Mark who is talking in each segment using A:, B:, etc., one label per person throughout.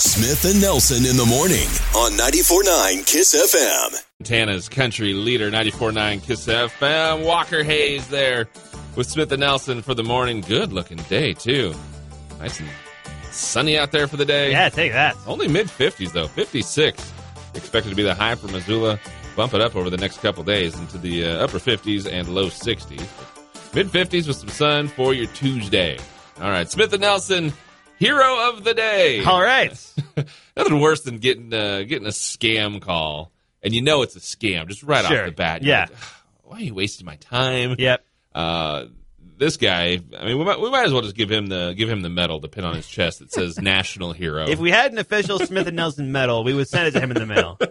A: Smith and Nelson in the morning on 94.9 Kiss FM.
B: Montana's country leader, 94.9 Kiss FM. Walker Hayes there with Smith and Nelson for the morning. Good looking day, too. Nice and sunny out there for the day.
C: Yeah, take that.
B: Only mid 50s, though. 56 expected to be the high for Missoula. Bump it up over the next couple days into the uh, upper 50s and low 60s. Mid 50s with some sun for your Tuesday. All right, Smith and Nelson, hero of the day.
C: All right.
B: Nothing worse than getting uh, getting a scam call and you know it's a scam just right
C: Sure.
B: off the bat.
C: Yeah.
B: like, Why are you wasting my time?
C: Yep.
B: Uh, this guy. I mean, we might, we might as well just give him the give him the medal, the pin on his chest that says national hero.
C: If we had an official Smith and Nelson medal, we would send it to him in the mail.
B: uh,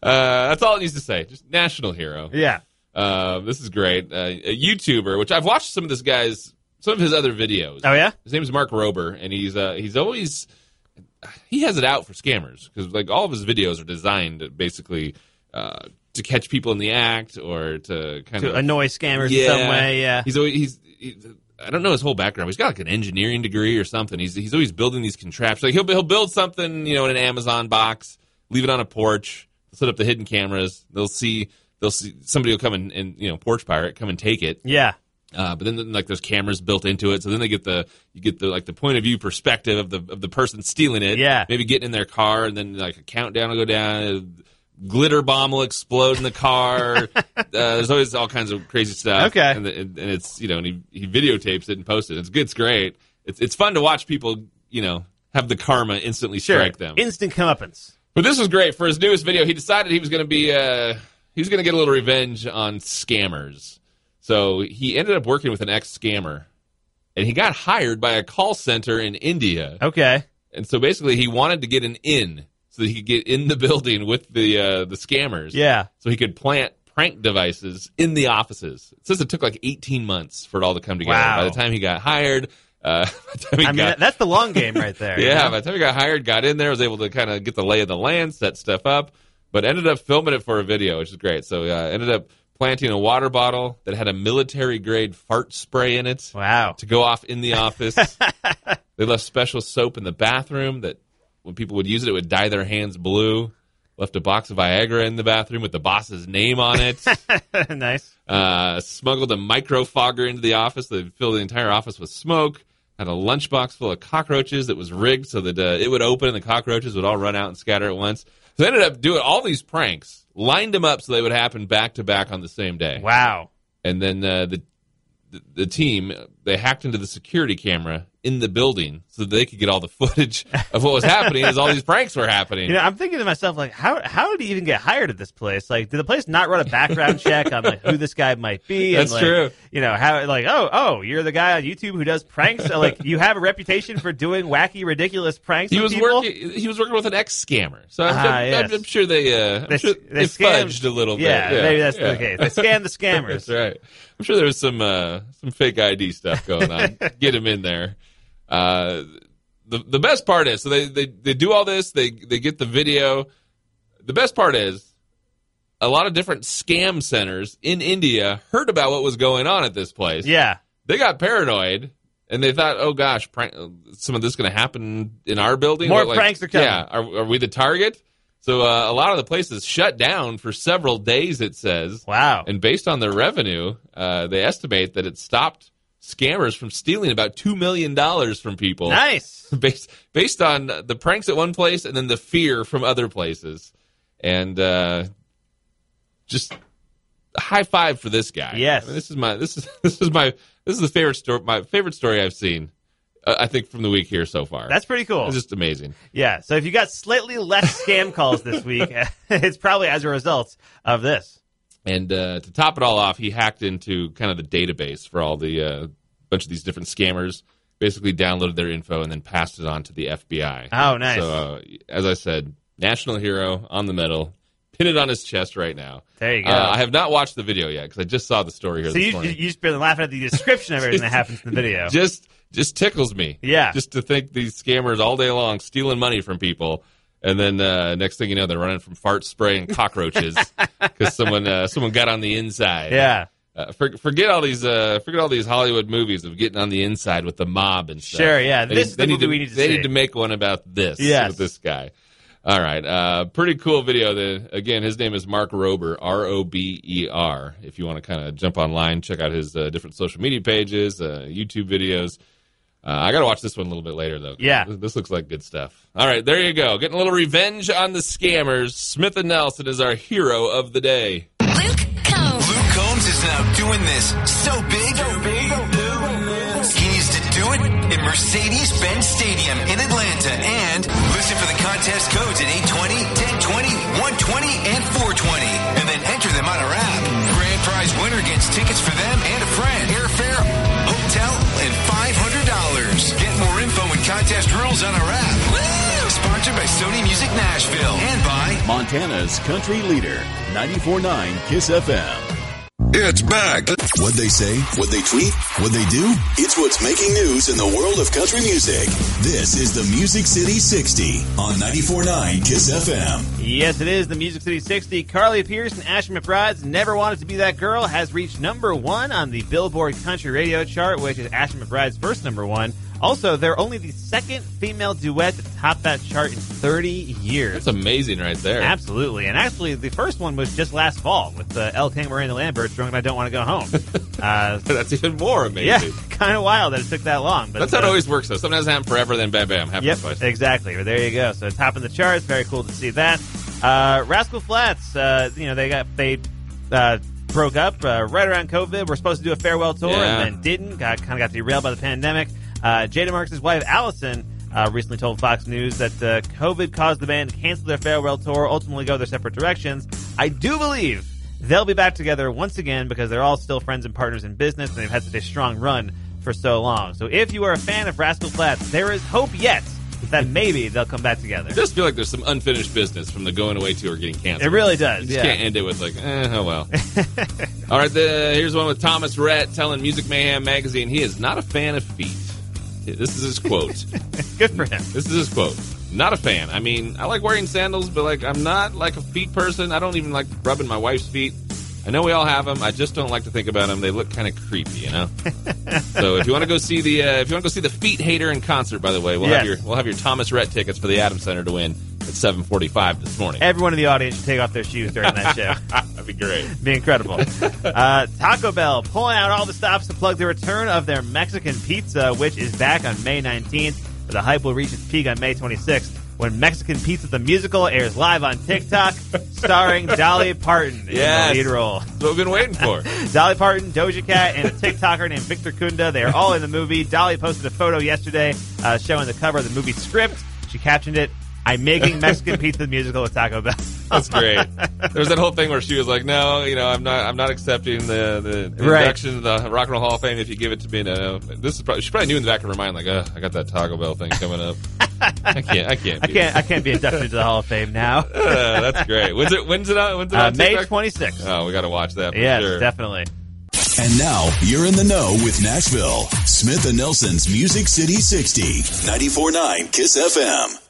B: that's all it needs to say. Just national hero.
C: Yeah.
B: Uh, this is great. Uh, a YouTuber, which I've watched some of this guy's some of his other videos.
C: Oh yeah.
B: His name is Mark Rober, and he's uh, he's always he has it out for scammers because like all of his videos are designed basically uh, to catch people in the act or to kind
C: To
B: of
C: annoy scammers in some way. Yeah.
B: He's always he's. he's I don't know his whole background. He's got like an engineering degree or something. He's he's always building these contraptions. Like he'll he'll build something, you know, in an Amazon box, leave it on a porch, set up the hidden cameras. They'll see they'll see somebody will come and, and you know porch pirate come and take it.
C: Yeah.
B: Uh, but then like there's cameras built into it, so then they get the you get the like the point of view perspective of the of the person stealing it.
C: Yeah.
B: maybe getting in their car, and then like a countdown will go down. a Glitter bomb will explode in the car. uh, there's always all kinds of crazy stuff.
C: Okay.
B: and, the, and it's you know, and he, he videotapes it and posts it. It's good. It's great. It's it's fun to watch people you know have the karma instantly
C: Sure.
B: strike them.
C: Instant comeuppance.
B: But this was great for his newest video. He decided he was going to be uh, he was going to get a little revenge on scammers. So he ended up working with an ex scammer, and he got hired by a call center in India.
C: Okay.
B: And so basically, he wanted to get an in so that he could get in the building with the uh, the scammers.
C: Yeah.
B: So he could plant prank devices in the offices. It says it took like 18 months for it all to come together.
C: Wow.
B: By the time he got hired, uh, by the time he
C: I mean
B: got
C: that- that's the long game right there.
B: yeah, by the time he got hired, got in there, was able to kind of get the lay of the land, set stuff up, but ended up filming it for a video, which is great. So uh, ended up planting a water bottle that had a military grade fart spray in it
C: Wow.
B: to go off in the office. they left special soap in the bathroom that when people would use it, it would dye their hands blue. Left a box of Viagra in the bathroom with the boss's name on it.
C: nice.
B: uh, smuggled a micro fogger into the office that filled the entire office with smoke. Had a lunchbox full of cockroaches that was rigged so that uh, it would open and the cockroaches would all run out and scatter at once. So they ended up doing all these pranks, lined them up so they would happen back to back on the same day.
C: Wow.
B: And then uh, the, the the team they hacked into the security camera in the building so that they could get all the footage of what was happening as all these pranks were happening.
C: You know, I'm thinking to myself, like, how how did he even get hired at this place? Like, did the place not run a background check on like who this guy might be?
B: That's
C: like,
B: true.
C: You know, how like, oh, oh, you're the guy on YouTube who does pranks. So, like, you have a reputation for doing wacky, ridiculous pranks.
B: he
C: with
B: was
C: people?
B: working. He was working with an ex scammer, so I'm,
C: Ah,
B: sure- I'm-
C: yes.
B: I'm sure they. Uh, I'm
C: They-
B: sure
C: they
B: they
C: scammed-
B: fudged a little
C: Yeah,
B: bit.
C: maybe that's
B: yeah.
C: the case. They scam the
B: That's
C: scammers.
B: right. I'm sure there was some uh, some fake ID stuff going on. Get him in there. Uh, the the best part is so they, they they do all this. They they get the video. The best part is a lot of different scam centers in India heard about what was going on at this place
C: Yeah.
B: they got paranoid and they thought, oh gosh, prank, some of this going to happen in our building.
C: More
B: What,
C: pranks are coming.
B: Yeah, are, are we the target? So uh, a lot of the places shut down for several days. It says,
C: Wow.
B: and based on their revenue, uh, they estimate that it stopped scammers from stealing about two million dollars from people.
C: nice.
B: Based based on the pranks at one place and then the fear from other places, and uh, just high five for this guy.
C: Yes.
B: I mean, this is my this is this is my this is the favorite story my favorite story I've seen. Uh, I think from the week here so far.
C: That's pretty cool.
B: it's just amazing.
C: yeah. So if you got slightly less scam calls this week, it's probably as a result of this.
B: And uh, to top it all off, he hacked into kind of the database for all the uh, bunch of these different scammers. Basically, downloaded their info and then passed it on to the FBI.
C: Oh, nice.
B: So, uh, as I said, national hero on the medal, pin it on his chest right now.
C: There you go.
B: Uh, I have not watched the video yet because I just saw the story here
C: so
B: this
C: you,
B: morning.
C: you just been laughing at the description of everything that happens in the video.
B: just just tickles me.
C: Yeah.
B: Just to think these scammers all day long stealing money from people. And then uh, next thing you know, they're running from fart spray and cockroaches because someone uh, someone got on the inside.
C: yeah.
B: Uh, for, forget all these uh, forget all these Hollywood movies of getting on the inside with the mob and stuff.
C: Sure, yeah.
B: They,
C: This is
B: they
C: the
B: need
C: movie
B: to,
C: we need to
B: They
C: see.
B: need to make one about this
C: Yes.
B: with this guy. All right, uh, pretty cool video. Then again, his name is Mark Rober, R O B E R. If you want to kind of jump online, check out his uh, different social media pages, uh, YouTube videos. Uh, I got to watch this one a little bit later though. 'cause
C: Yeah.
B: this, this looks like good stuff. All right, there you go. Getting a little revenge on the scammers. Smith and Nelson is our hero of the day.
D: Luke Combs.
E: Luke Combs is now doing this so big. He needs to do it at Mercedes Benz Stadium in Atlanta. And listen for the contest codes at 820, 1020, 120, and 420. And then enter them on our app. Grand prize winner gets tickets for them and a friend. Airfare, hotel, and $500. Get more info and contest rules on our app. Sponsored by Sony Music Nashville and by
A: Montana's country leader, 94.9 Kiss FM.
F: It's back.
A: What they say, what they tweet, what they do, it's what's making news in the world of country music. This is the Music City 60 on 94.9 Kiss FM.
C: Yes, it is the Music City 60. Carly Pierce and Ashley McBride's Never Wanted to Be That Girl has reached number one on the Billboard Country Radio chart, which is Ashley McBride's first number one. Also, they're only the second female duet to top that chart in 30 years.
B: That's amazing right there.
C: Absolutely. And actually, the first one was just last fall with uh, El King Miranda Lambert, Drunk and I Don't Want to Go Home. Uh,
B: That's even more
C: yeah,
B: amazing.
C: kind of wild that it took that long. But
B: That's how it
C: uh,
B: always works, though. Sometimes it happens forever, then bam, bam, happens
C: Yep,
B: twice.
C: exactly. Well, there you go. So top of the charts. Very cool to see that. Uh, Rascal Flats. Uh, you know they got they uh, broke up uh, right around COVID. We're supposed to do a farewell tour
B: Yeah.
C: and then didn't. Got kind of got derailed by the pandemic. Uh, Jada Marks' wife Allison uh, recently told Fox News that uh, COVID caused the band to cancel their farewell tour. Ultimately, go their separate directions. I do believe. They'll be back together once again because they're all still friends and partners in business and they've had such a strong run for so long. So if you are a fan of Rascal Flats, there is hope yet that maybe they'll come back together.
B: I just feel like there's some unfinished business from the going away tour getting
C: It
B: canceled.
C: really does.
B: You just
C: Yeah.
B: can't end it with, like, eh, oh well. All right, the, here's one with Thomas Rhett telling Music Mayhem magazine he is not a fan of feet. This is his quote.
C: Good for him.
B: This is his quote. Not a fan. I mean, I like wearing sandals, but like, I'm not like a feet person. I don't even like rubbing my wife's feet. I know we all have them. I just don't like to think about them. They look kind of creepy, you know. so if you want to go see the uh, if you want to go see the feet hater in concert, by the way, we'll have
C: Yes.
B: your we'll have your Thomas Rhett tickets for the Adam Center to win at 7:45 this morning.
C: Everyone in the audience should take off their shoes during that show.
B: That'd be great.
C: Be incredible. Uh, Taco Bell pulling out all the stops to plug the return of their Mexican pizza, which is back on May 19th. But the hype will reach its peak on May 26th when Mexican Pizza the Musical airs live on TikTok, starring Dolly Parton
B: Yes.
C: in the lead role.
B: That's what we've been waiting for.
C: Dolly Parton, Doja Cat, and a TikToker named Victor Kunda. They are all in the movie. Dolly posted a photo yesterday uh, showing the cover of the movie script. She captioned it, I'm making Mexican pizza the musical with Taco Bell.
B: That's great. There was that whole thing where she was like, "No, you know, I'm not. I'm not accepting the the, the
C: Right.
B: induction to the Rock and Roll Hall of Fame if you give it to me." No, no. this is probably she probably knew in the back of her mind, like, "Ugh, I got that Taco Bell thing coming up. I can't. I can't.
C: I
B: do
C: can't I can't be inducted into the Hall of Fame now.
B: this." Uh, that's great. When's it? When's it on? When's it
C: Uh,
B: on
C: May
B: TikTok?
C: 26th.
B: Oh, we got to watch that. For
C: yes,
B: sure.
C: definitely.
A: And now you're in the know with Nashville. Smith and Nelson's Music City 60, 94.9 Kiss FM.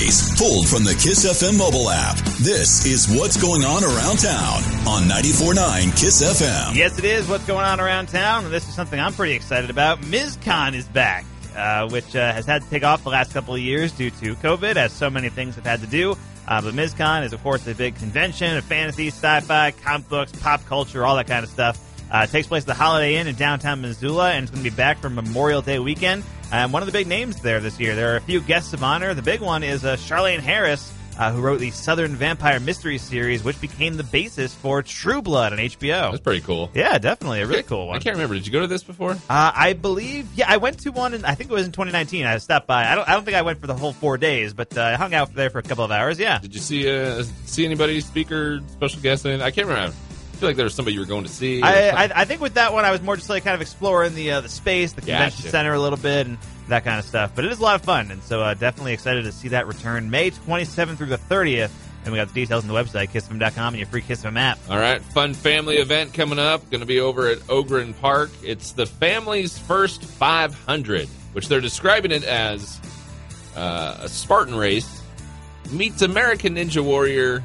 A: Is pulled from the Kiss FM mobile app. This is what's going on around town on 94.9 Kiss FM.
C: Yes, it is. What's going on around town? And this is something I'm pretty excited about. MizCon is back, uh, which uh, has had to take off the last couple of years due to COVID, as so many things have had to do. Uh, but MizCon is, of course, a big convention of fantasy, sci-fi, comic books, pop culture, all that kind of stuff. Uh, it takes place at the Holiday Inn in downtown Missoula, and it's going to be back for Memorial Day weekend. And one of the big names there this year, there are a few guests of honor. The big one is uh, Charlene Harris, uh, who wrote the Southern Vampire Mystery series, which became the basis for True Blood on HBO.
B: That's pretty cool.
C: Yeah, definitely a really cool one.
B: I can't remember. Did you go to this before?
C: Uh, I believe, yeah, I went to one, and I think it was in 2019. I stopped by. I don't, I don't think I went for the whole four days, but uh, I hung out there for a couple of hours. Yeah,
B: Did you see uh, see anybody, speaker, special guest? anything? I can't remember. I feel like there was somebody you were going to see.
C: I, I, I think with that one, I was more just like kind of exploring the uh, the space, the convention
B: Gotcha.
C: center a little bit, and that kind of stuff. But it is a lot of fun, and so uh, definitely excited to see that return May 27th through the 30th. And we got the details on the website, kissfm.com, and your free Kissfm app.
B: All right, fun family event coming up. Going to be over at Ogren Park. It's the family's first 500, which they're describing it as uh, a Spartan race meets American Ninja Warrior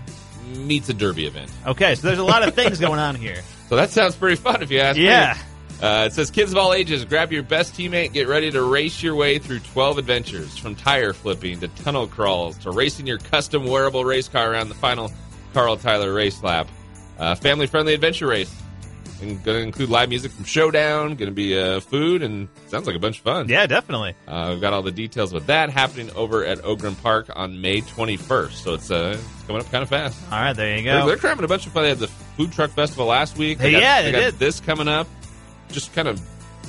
B: meets a derby event.
C: Okay, so there's a lot of things going on here.
B: So So that sounds pretty fun if you ask me.
C: Yeah.
B: Uh, it says, kids of all ages, grab your best teammate, get ready to race your way through 12 adventures from tire flipping to tunnel crawls to racing your custom wearable race car around the final Carl Tyler race lap. Uh, Family friendly adventure race. And going to include live music from Showdown, going to be uh, food, and sounds like a bunch of fun.
C: Yeah, definitely.
B: Uh, we've got all the details with that happening over at Ogren Park on May 21st. So it's, uh, it's coming up kind of fast.
C: All right, there you
B: They're,
C: go.
B: they're cramming a bunch of fun. They had the food truck festival last week. They
C: Yeah,
B: they
C: they
B: got
C: did.
B: this coming up. Just kind of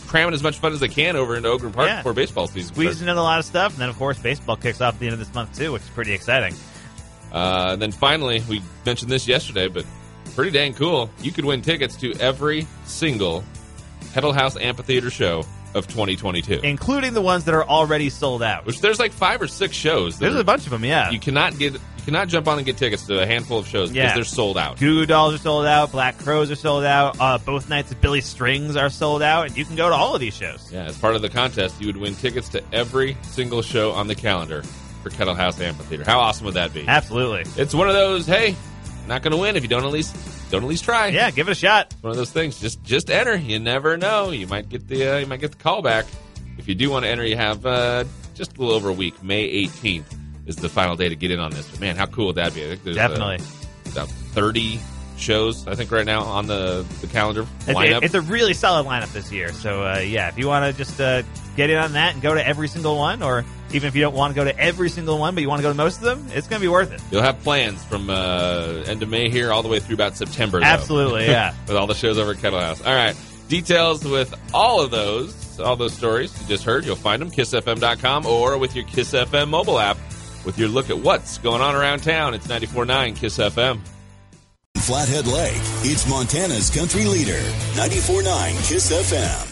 B: cramming as much fun as they can over into Ogren Park
C: Yeah.
B: before baseball season starts.
C: Squeezing in a lot of stuff, and then of course baseball kicks off at the end of this month too, which is pretty exciting.
B: Uh, and then finally, we mentioned this yesterday, but pretty dang cool. You could win tickets to every single Pedal House Amphitheater show of 2022.
C: Including the ones that are already sold out.
B: Which there's like five or six shows. That
C: There's
B: are-
C: a bunch of them, yeah.
B: You cannot get you cannot jump on and get tickets to a handful of shows because
C: Yeah.
B: they're sold out.
C: Goo Goo Dolls are sold out. Black Crows are sold out. Uh, both nights of Billy Strings are sold out, and you can go to all of these shows.
B: Yeah, as part of the contest, you would win tickets to every single show on the calendar for Kettle House Amphitheater. How awesome would that be?
C: Absolutely.
B: It's one of those, hey, not going to win if you don't at least don't at least try.
C: Yeah, give it a shot.
B: It's one of those things. Just just enter. You never know. You might get the uh, you might get the call back. If you do want to enter, you have uh, just a little over a week. May 18th is the final day to get in on this. But man, how cool would that be? I think there's, uh,
C: Definitely.
B: about 30 shows I think right now on the the calendar
C: It's,
B: lineup.
C: it's a really solid lineup this year. So, uh, yeah, if you want to just uh, get in on that and go to every single one, or even if you don't want to go to every single one, but you want to go to most of them, it's going to be worth it.
B: You'll have plans from uh, end of May here all the way through about September. Though,
C: Absolutely, yeah.
B: with all the shows over at Kettle House. All right. Details with all of those, all those stories you just heard, you'll find them kissfm.com or with your Kiss FM mobile app with your look at what's going on around town. It's 94.9 Kiss FM.
A: Flathead Lake, it's Montana's country leader. 94.9 Kiss FM.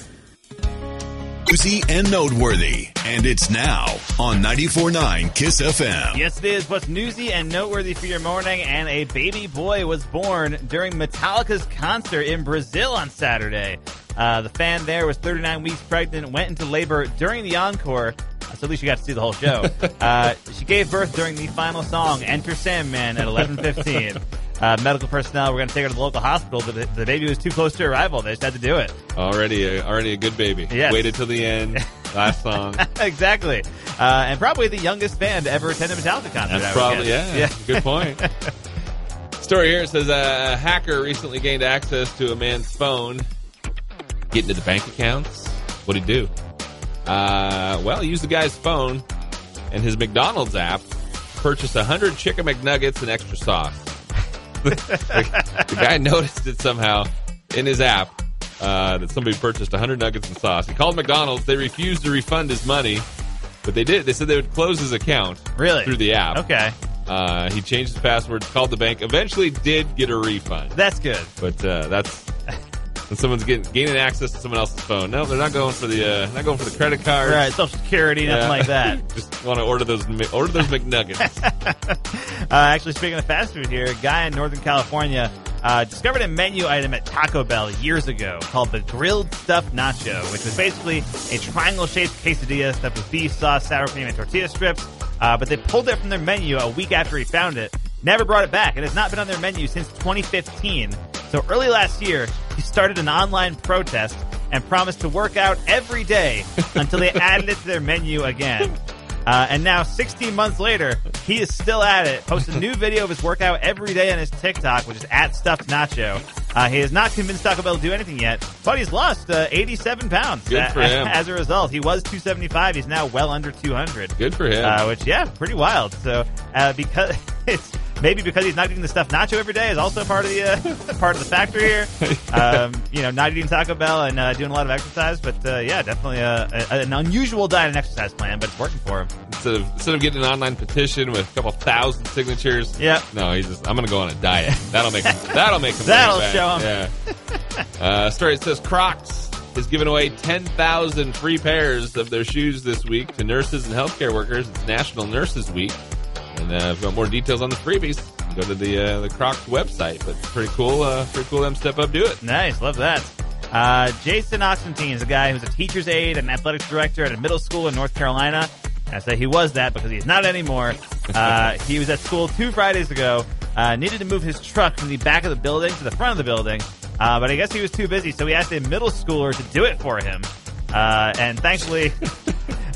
A: Newsy and noteworthy. And it's now on 94.9 Kiss FM.
C: Yes, it is. What's newsy and noteworthy for your morning? And a baby boy was born during Metallica's concert in Brazil on Saturday. Uh, the fan there was 39 weeks pregnant, went into labor during the encore. uh, So at least you got to see the whole show. Uh, she gave birth during the final song, "Enter Sandman," at 11:15. Uh, medical personnel were going to take her to the local hospital, but the, the baby was too close to arrival. They just had to do it.
B: Already a, already a good baby.
C: Yes.
B: Waited till the end. Last song.
C: exactly, uh, and probably the youngest fan to ever attend a Metallica concert.
B: That's
C: I would
B: probably
C: guess.
B: yeah. Good point. Story here says uh, a hacker recently gained access to a man's phone, get into the bank accounts. What'd he do? Uh, well, he used the guy's phone and his McDonald's app, purchased hundred chicken McNuggets and extra sauce. the, the guy noticed it somehow in his app uh, that somebody purchased 100 nuggets and sauce. He called McDonald's. They refused to refund his money, but they did. They said they would close his account
C: Really?
B: through the app.
C: Okay,
B: Uh, he changed his password, called the bank, eventually did get a refund.
C: that's good.
B: But uh, that's when someone's getting gaining access to someone else's phone. No, they're not going for the uh, not going for the credit card.
C: Right, Social Security, nothing like that.
B: Just want to order those Mi- order those McNuggets.
C: Uh, actually, speaking of fast food here, a guy in Northern California uh, discovered a menu item at Taco Bell years ago called the Grilled Stuffed Nacho, which was basically a triangle shaped quesadilla stuffed with beef sauce, sour cream, and tortilla strips. Uh, but they pulled it from their menu a week after he found it, never brought it back. It has not been on their menu since 2015. So early last year, he started an online protest and promised to work out every day until they added it to their menu again. Uh, and now, 16 months later, he is still at it. Posts a new video of his workout every day on his TikTok, which is at Stuffed Nacho. Uh, he has not convinced Taco Bell to do anything yet, but he's lost uh, 87 pounds.
B: Good for
C: a-
B: him.
C: As a result, he was 275. He's now well under 200.
B: Good for him.
C: Uh, which, yeah, pretty wild. So, uh, because it's maybe because he's not eating the stuffed nacho every day is also part of the uh, part of the factor here. Um, you know, not eating Taco Bell and uh, doing a lot of exercise, but uh, yeah, definitely uh, a, an unusual diet and exercise plan, but it's working for him.
B: instead of instead of getting an online petition with a couple thousand signatures.
C: Yep.
B: No, he's just I'm gonna go on a diet. That'll make him, that'll make him
C: That'll
B: bring it back. Yeah. Uh, story it says Crocs is giving away 10,000 free pairs of their shoes this week to nurses and healthcare workers. It's National Nurses Week. And uh, if you want more details on the freebies, you go to the uh, the Crocs website. But pretty cool, uh, pretty cool. of Them step up, do it.
C: Nice, love that. Uh, Jason Oxentine is a guy who's a teacher's aide and athletics director at a middle school in North Carolina. And I say he was that because he's not anymore. Uh, he was at school two Fridays ago uh, needed to move his truck from the back of the building to the front of the building, uh, but I guess he was too busy, so he asked a middle schooler to do it for him. Uh, and thankfully,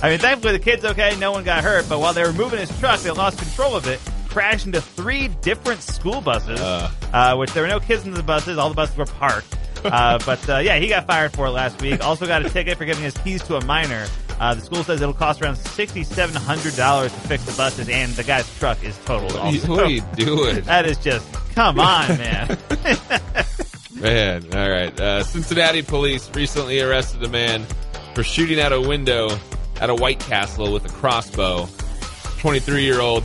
C: I mean, thankfully the kid's okay, no one got hurt, but while they were moving his truck, they lost control of it, crashed into three different school buses,
B: Uh.
C: uh, which there were no kids in the buses, all the buses were parked. Uh, but uh, yeah, he got fired for it last week. Also got a ticket for giving his keys to a minor. Uh, the school says it'll cost around sixty-seven hundred dollars to fix the buses, and the guy's truck is totaled.
B: What are you-
C: Also,
B: what are you doing?
C: that is just come on, man.
B: Man, all right. Uh, Cincinnati police recently arrested a man for shooting out a window at a White Castle with a crossbow. 23 year old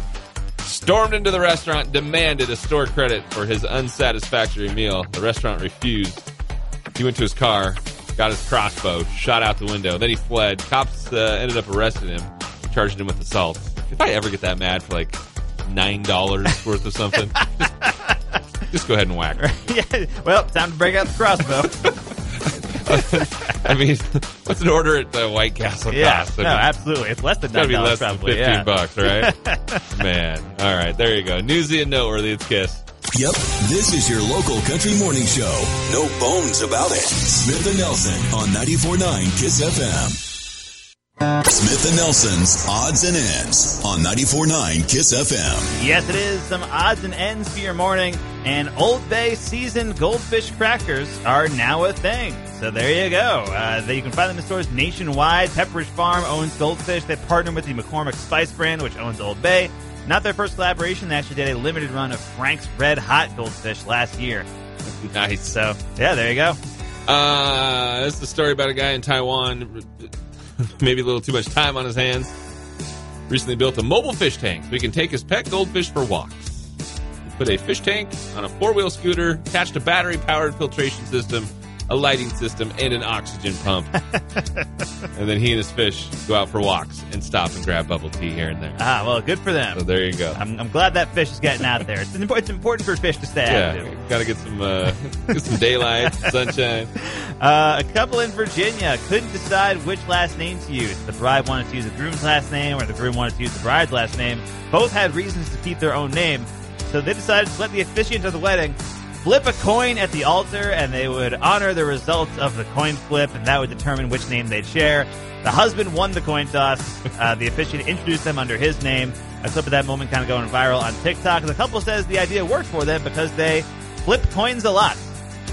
B: stormed into the restaurant, demanded a store credit for his unsatisfactory meal. The restaurant refused. He went to his car, got his crossbow, shot out the window. Then he fled. Cops uh, ended up arresting him, charging him with assault. If I ever get that mad for like $9 worth of something, just, just go ahead and whack her.
C: yeah, well, time to break out the crossbow.
B: I mean, what's an order at the White Castle
C: yeah,
B: cost? I
C: no,
B: mean,
C: absolutely. It's less than
B: Gotta
C: nine
B: be
C: dollars,
B: less
C: probably.
B: than 15
C: yeah.
B: bucks, right? Man. All right, there you go. Newsy and noteworthy. It's Kiss.
A: Yep, this is your local country morning show. No bones about it. Smith and Nelson on 94.9 Kiss FM. Smith and Nelson's Odds and Ends on 94.9 Kiss FM.
C: Yes, it is. Some odds and ends for your morning, and Old Bay seasoned goldfish crackers are now a thing. So there you go. Uh, they, you can find them in stores nationwide. Pepperidge Farm owns Goldfish. They partner with the McCormick Spice brand, which owns Old Bay. Not their first collaboration. They actually did a limited run of Frank's Red Hot Goldfish last year.
B: Nice.
C: So yeah, there you go.
B: Uh, this is a story about a guy in Taiwan, maybe a little too much time on his hands. Recently built a mobile fish tank so he can take his pet goldfish for walks. He put a fish tank on a four wheel scooter, attached a battery powered filtration system, a lighting system, and an oxygen pump. and then he and his fish go out for walks and stop and grab bubble tea here and there.
C: Ah, well, good for
B: So
C: them.
B: there you go.
C: I'm, I'm glad that fish is getting out there. It's, impo- it's important for fish to stay active.
B: Yeah, gotta get some uh, get some daylight, sunshine.
C: Uh, a couple in Virginia couldn't decide which last name to use. The bride wanted to use the groom's last name, or the groom wanted to use the bride's last name. Both had reasons to keep their own name, so they decided to let the officiant of the wedding flip a coin at the altar, and they would honor the results of the coin flip, and that would determine which name they'd share. The husband won the coin toss. Uh, the officiant introduced them under his name. A clip of that moment kind of going viral on TikTok. The couple says the idea worked for them because they flip coins a lot.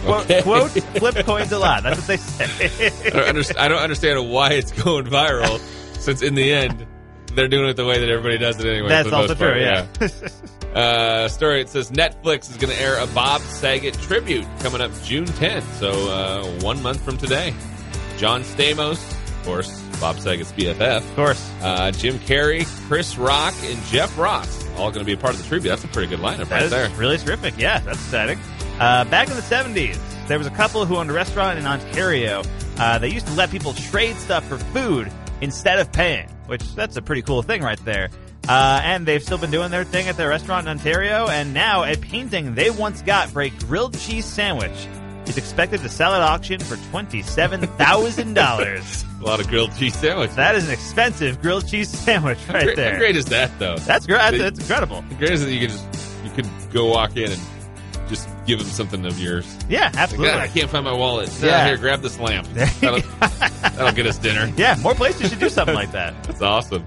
C: Quote,
B: Okay.
C: quote flip coins a lot. That's what they say.
B: I don't, under- I don't understand why it's going viral, since in the end, they're doing it the way that everybody does it anyway.
C: That's
B: for the
C: also
B: most part,
C: true, yeah.
B: yeah. uh, story it says Netflix is going to air a Bob Saget tribute coming up June 10th, so uh, one month from today. John Stamos, of course, Bob Saget's BFF,
C: of course.
B: uh, Jim Carrey, Chris Rock, and Jeff Ross, all going to be a part of the tribute. That's a pretty good lineup
C: That
B: right
C: is
B: there.
C: really terrific. Yeah, that's exciting. Uh, back in the 70s, there was a couple who owned a restaurant in Ontario. Uh, they used to let people trade stuff for food instead of paying, which that's a pretty cool thing right there. Uh, and they've still been doing their thing at their restaurant in Ontario, and now a painting they once got for a grilled cheese sandwich is expected to sell at auction for $27,000.
B: A lot of grilled cheese sandwiches.
C: that is an expensive grilled cheese sandwich
B: How
C: right
B: great-
C: there.
B: How great is that, though?
C: That's great. That's,
B: They-
C: that's incredible.
B: The greatest that you could just you could go walk in and just give them something of yours.
C: Yeah,
B: Like,
C: absolutely.
B: "God, I can't find my wallet. Sit
C: Yeah.
B: down here, grab this lamp. That'll, that'll get us dinner.
C: Yeah, more places should do something like that.
B: That's awesome.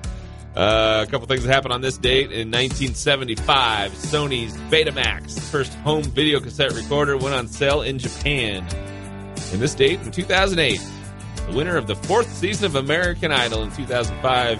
B: Uh, a couple things that happened on this date in 1975. Sony's Betamax, first home video cassette recorder, went on sale in Japan. In this date in 2008, the winner of the fourth season of American Idol in 2005,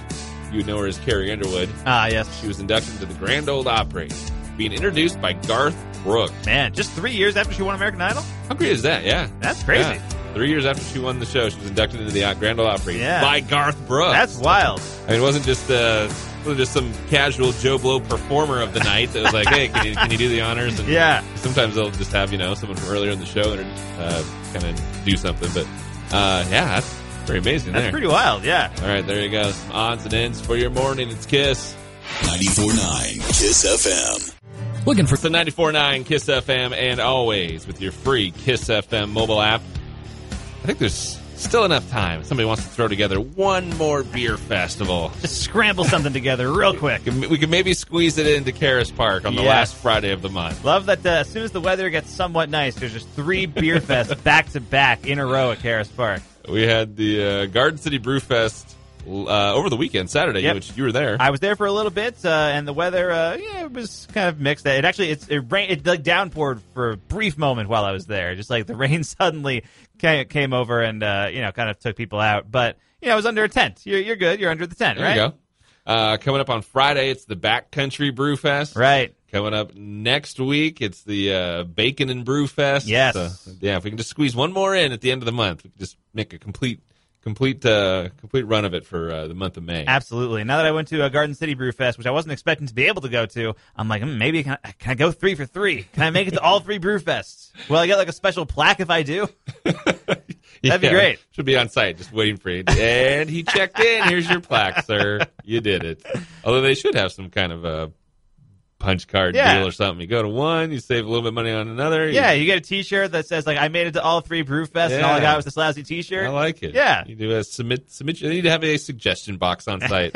B: you would know her as Carrie Underwood.
C: Ah, yes.
B: She was inducted into the Grand Old Opry, being introduced by Garth Brooks.
C: Man, just three years after she won American Idol?
B: How great is that? Yeah.
C: That's crazy.
B: Yeah. Three years after she won the show, she was inducted into the uh, Grand Ole Opry
C: Yeah.
B: by Garth Brooks.
C: That's wild.
B: I mean, it wasn't just uh, it wasn't just some casual Joe Blow performer of the night that was like, "Hey, can you, can you do the honors?" And
C: Yeah.
B: sometimes they'll just have you know someone from earlier in the show and uh, kind of do something. But uh, yeah, that's pretty amazing
C: That's
B: there.
C: pretty wild, yeah.
B: All right, there you go. Some odds and ends for your morning. It's Kiss.
A: 94.9 Kiss FM.
D: Looking for
B: It's the 94.9 Kiss FM and always with your free Kiss FM mobile app. I think there's Still enough time. Somebody wants to throw together one more beer festival.
C: Just scramble something together real quick.
B: Can- We can maybe squeeze it into Karis Park on the
C: Yes.
B: last Friday of the month.
C: Love that uh, as soon as the weather gets somewhat nice, there's just three beer fests back to back in a row at Karis Park.
B: We had the uh, Garden City Brew Fest uh, over the weekend, Saturday,
C: Yep.
B: which you were there.
C: I was there for a little bit, uh, and the weather, uh, yeah, it was kind of mixed. It actually, it's, it rained, it like downpoured for a brief moment while I was there. Just like the rain suddenly came, came over and uh, you know kind of took people out. But you know, I was under a tent. You're, you're good. You're under the tent,
B: there
C: right?
B: you go. Uh, coming up on Friday, it's the Backcountry Brew Fest.
C: Right.
B: Coming up next week, it's the uh, Bacon and Brew Fest.
C: Yes.
B: So, yeah, if we can just squeeze one more in at the end of the month, we can just make a complete, complete, uh, complete run of it for uh, the month of May.
C: Absolutely. Now that I went to a Garden City Brew Fest, which I wasn't expecting to be able to go to, I'm like, hmm, maybe can I, can I go three for three? Can I make it to all three brew fests? Will I get like a special plaque if I do? That'd be great.
B: Should be on site, just waiting for you. And he checked in. Here's your plaque, sir. You did it. Although they should have some kind of a punch card
C: Yeah.
B: deal or something. You go to one, you save a little bit of money on another. You-
C: Yeah, you get a T-shirt that says like I made it to all three brew fests, and all I
B: Yeah.
C: got was this lousy T-shirt.
B: I like it.
C: Yeah.
B: You do a submit, submit. They need to have a suggestion box on site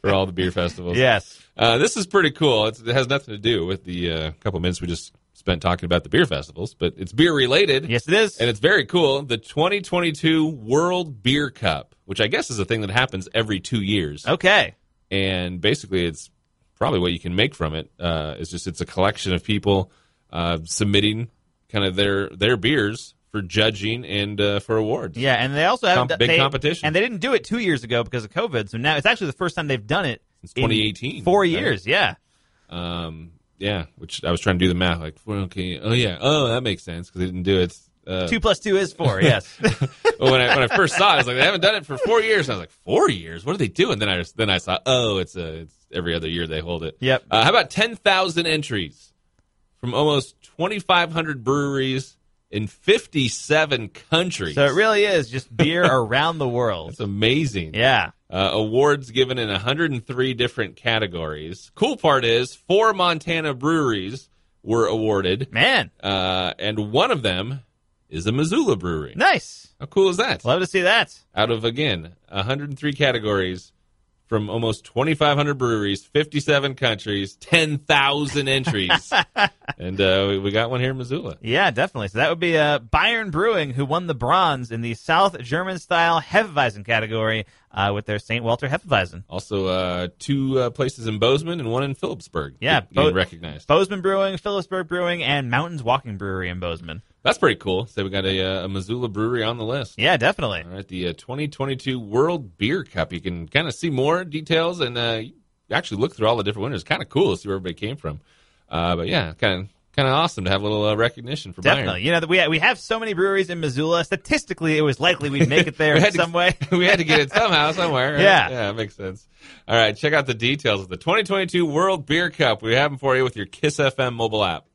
B: for all the beer festivals.
C: Yes.
B: Uh, this is pretty cool. It's, it has nothing to do with the uh, couple minutes we just spent talking about the beer festivals, but it's beer related.
C: Yes, it is.
B: And it's very cool. The 2022 World Beer Cup, which I guess is a thing that happens every two years.
C: okay.
B: And basically, it's probably what you can make from it. Uh, it's just it's a collection of people uh, submitting kind of their their beers for judging and uh, for awards.
C: Yeah, and they also have
B: Com- big
C: they-
B: competition.
C: and they didn't do it two years ago because of COVID. So now it's actually the first time they've done it
B: Since
C: in
B: 2018,
C: Four
B: right?
C: years. Yeah.
B: Um, yeah, which I was trying to do the math. Like, well, okay, oh yeah, oh that makes sense because they didn't do it. Uh,
C: Two plus two is four. Yes.
B: well, when I when I first saw it, I was like, they haven't done it for four years. And I was like, four years? What are they doing? Then I then I saw, oh, it's a it's every other year they hold it.
C: Yep.
B: Uh, how about ten thousand entries from almost twenty five hundred breweries in fifty seven countries?
C: so it really is just beer around the world.
B: it's amazing.
C: Yeah.
B: Uh, awards given in 103 different categories. Cool part is four Montana breweries were awarded,
C: Man,
B: uh, and one of them is a Missoula brewery.
C: nice.
B: How cool is that?
C: Love to see that.
B: out of again 103 categories from almost 2,500 breweries, 57 countries, 10,000 entries, and uh, we- we got one here in Missoula.
C: Yeah, definitely. So that would be uh, Bayern Brewing, who won the bronze in the South German style Hefeweizen category uh, with their St. Walter Hefeweizen.
B: Also, uh, two uh, places in Bozeman and one in Phillipsburg.
C: Yeah,
B: get- getting
C: Bo-
B: recognized.
C: Bozeman Brewing, Phillipsburg Brewing, and Mountains Walking Brewery in Bozeman.
B: That's pretty cool. So we got a, uh, a Missoula brewery on the list.
C: Yeah, definitely.
B: All right, the uh, 2022 World Beer Cup. You can kind of see more details and uh, you actually look through all the different winners. Kind of cool to see where everybody came from. Uh, but yeah, kind of kind of awesome to have a little uh, recognition for Bayern.
C: Definitely. You know, we we have so many breweries in Missoula. Statistically, it was likely we'd make it there
B: We
C: in
B: had to-
C: some way.
B: we had to get it somehow, somewhere. right?
C: Yeah.
B: Yeah, it makes sense. All right, check out the details of the 2022 World Beer Cup. We have them for you with your Kiss FM mobile app.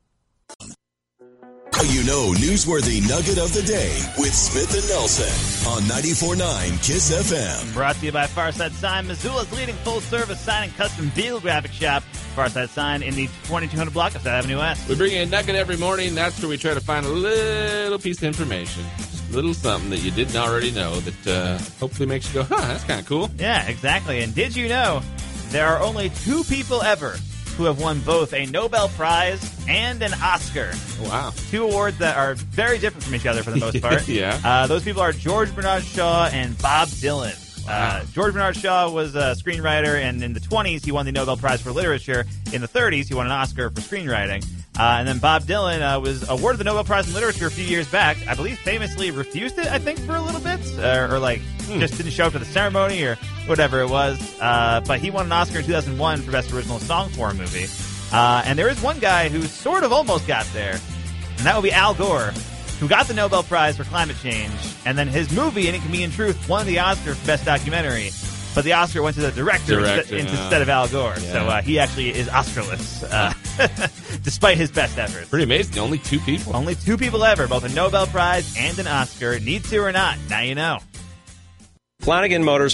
A: Now You know, newsworthy nugget of the day with Smith and Nelson on 94.9 Kiss FM.
C: Brought to you by Farside Sign, Missoula's leading full-service sign and custom deal graphic shop. Farside Sign in the 2200 block of South Avenue West.
B: We bring you a nugget every morning. That's where we try to find a little piece of information, just a little something that you didn't already know that uh, hopefully makes you go, huh, that's kind of cool.
C: Yeah, exactly. And did you know there are only two people ever who have won both a Nobel Prize and an Oscar?
B: Wow.
C: two awards that are very different from each other for the most part.
B: Yeah.
C: Uh, those people are George Bernard Shaw and Bob Dylan. Uh, George Bernard Shaw was a screenwriter, and in the 20s, he won the Nobel Prize for Literature. In the 30s, he won an Oscar for screenwriting. Uh, and then Bob Dylan uh, was awarded the Nobel Prize in Literature a few years back. I believe famously refused it, I think, for a little bit, uh, or like just didn't show up to the ceremony or whatever it was. Uh, but he won an Oscar in 2001 for Best Original Song for a movie. Uh, and there is one guy who sort of almost got there and that would be Al Gore, who got the Nobel Prize for climate change, and then his movie *Inconvenient Truth* won the Oscar for best documentary, but the Oscar went to the director,
B: Director,
C: instead,
B: yeah.
C: instead of Al Gore, so
B: Yeah.
C: uh, he actually is Oscarless, uh, despite his best efforts.
B: Pretty amazing. Only two people.
C: Only two people ever, both a Nobel Prize and an Oscar, need to or not. Now you know.
D: Flanagan Motors